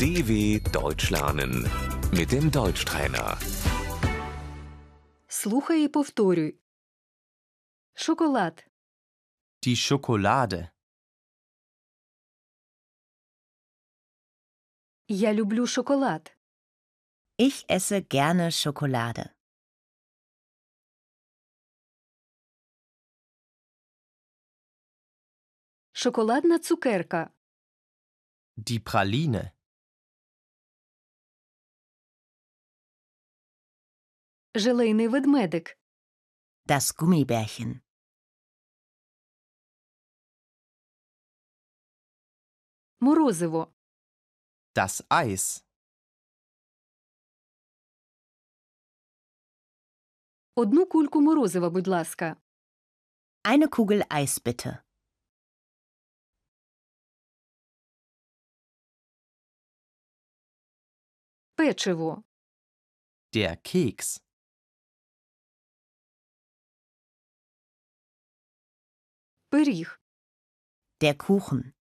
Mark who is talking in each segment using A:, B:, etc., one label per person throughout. A: DW Deutsch lernen mit dem Deutschtrainer.
B: Слухай і повторюй. Шоколад,
C: Die Schokolade.
B: я люблю шоколад,
D: Ich esse gerne Schokolade.
B: шоколадна цукерка,
C: Die Praline.
B: желейний ведмедик,
D: Das Gummibärchen.
B: морозиво,
C: Das Eis.
B: одну кульку морозива, будь ласка,
D: Eine Kugel Eis bitte.
B: печиво,
C: Der Keks.
B: пиріг,
D: Der Kuchen.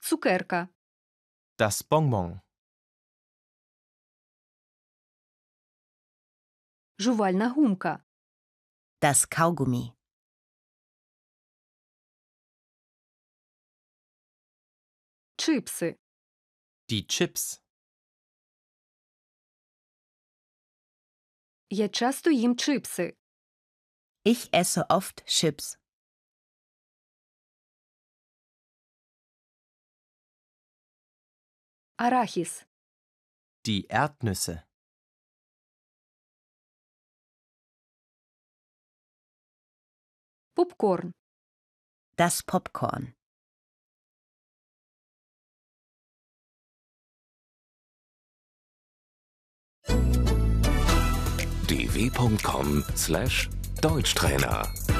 B: цукерка,
C: Das Bonbon.
B: жувальна гумка,
D: Das Kaugummi.
B: чипси,
C: Die Chips.
B: я часто їм чипси,
D: Ich esse oft Chips.
B: арахіс,
C: Die Erdnüsse.
B: попкорн,
D: Das Popcorn.
A: dw.com/deutschtrainer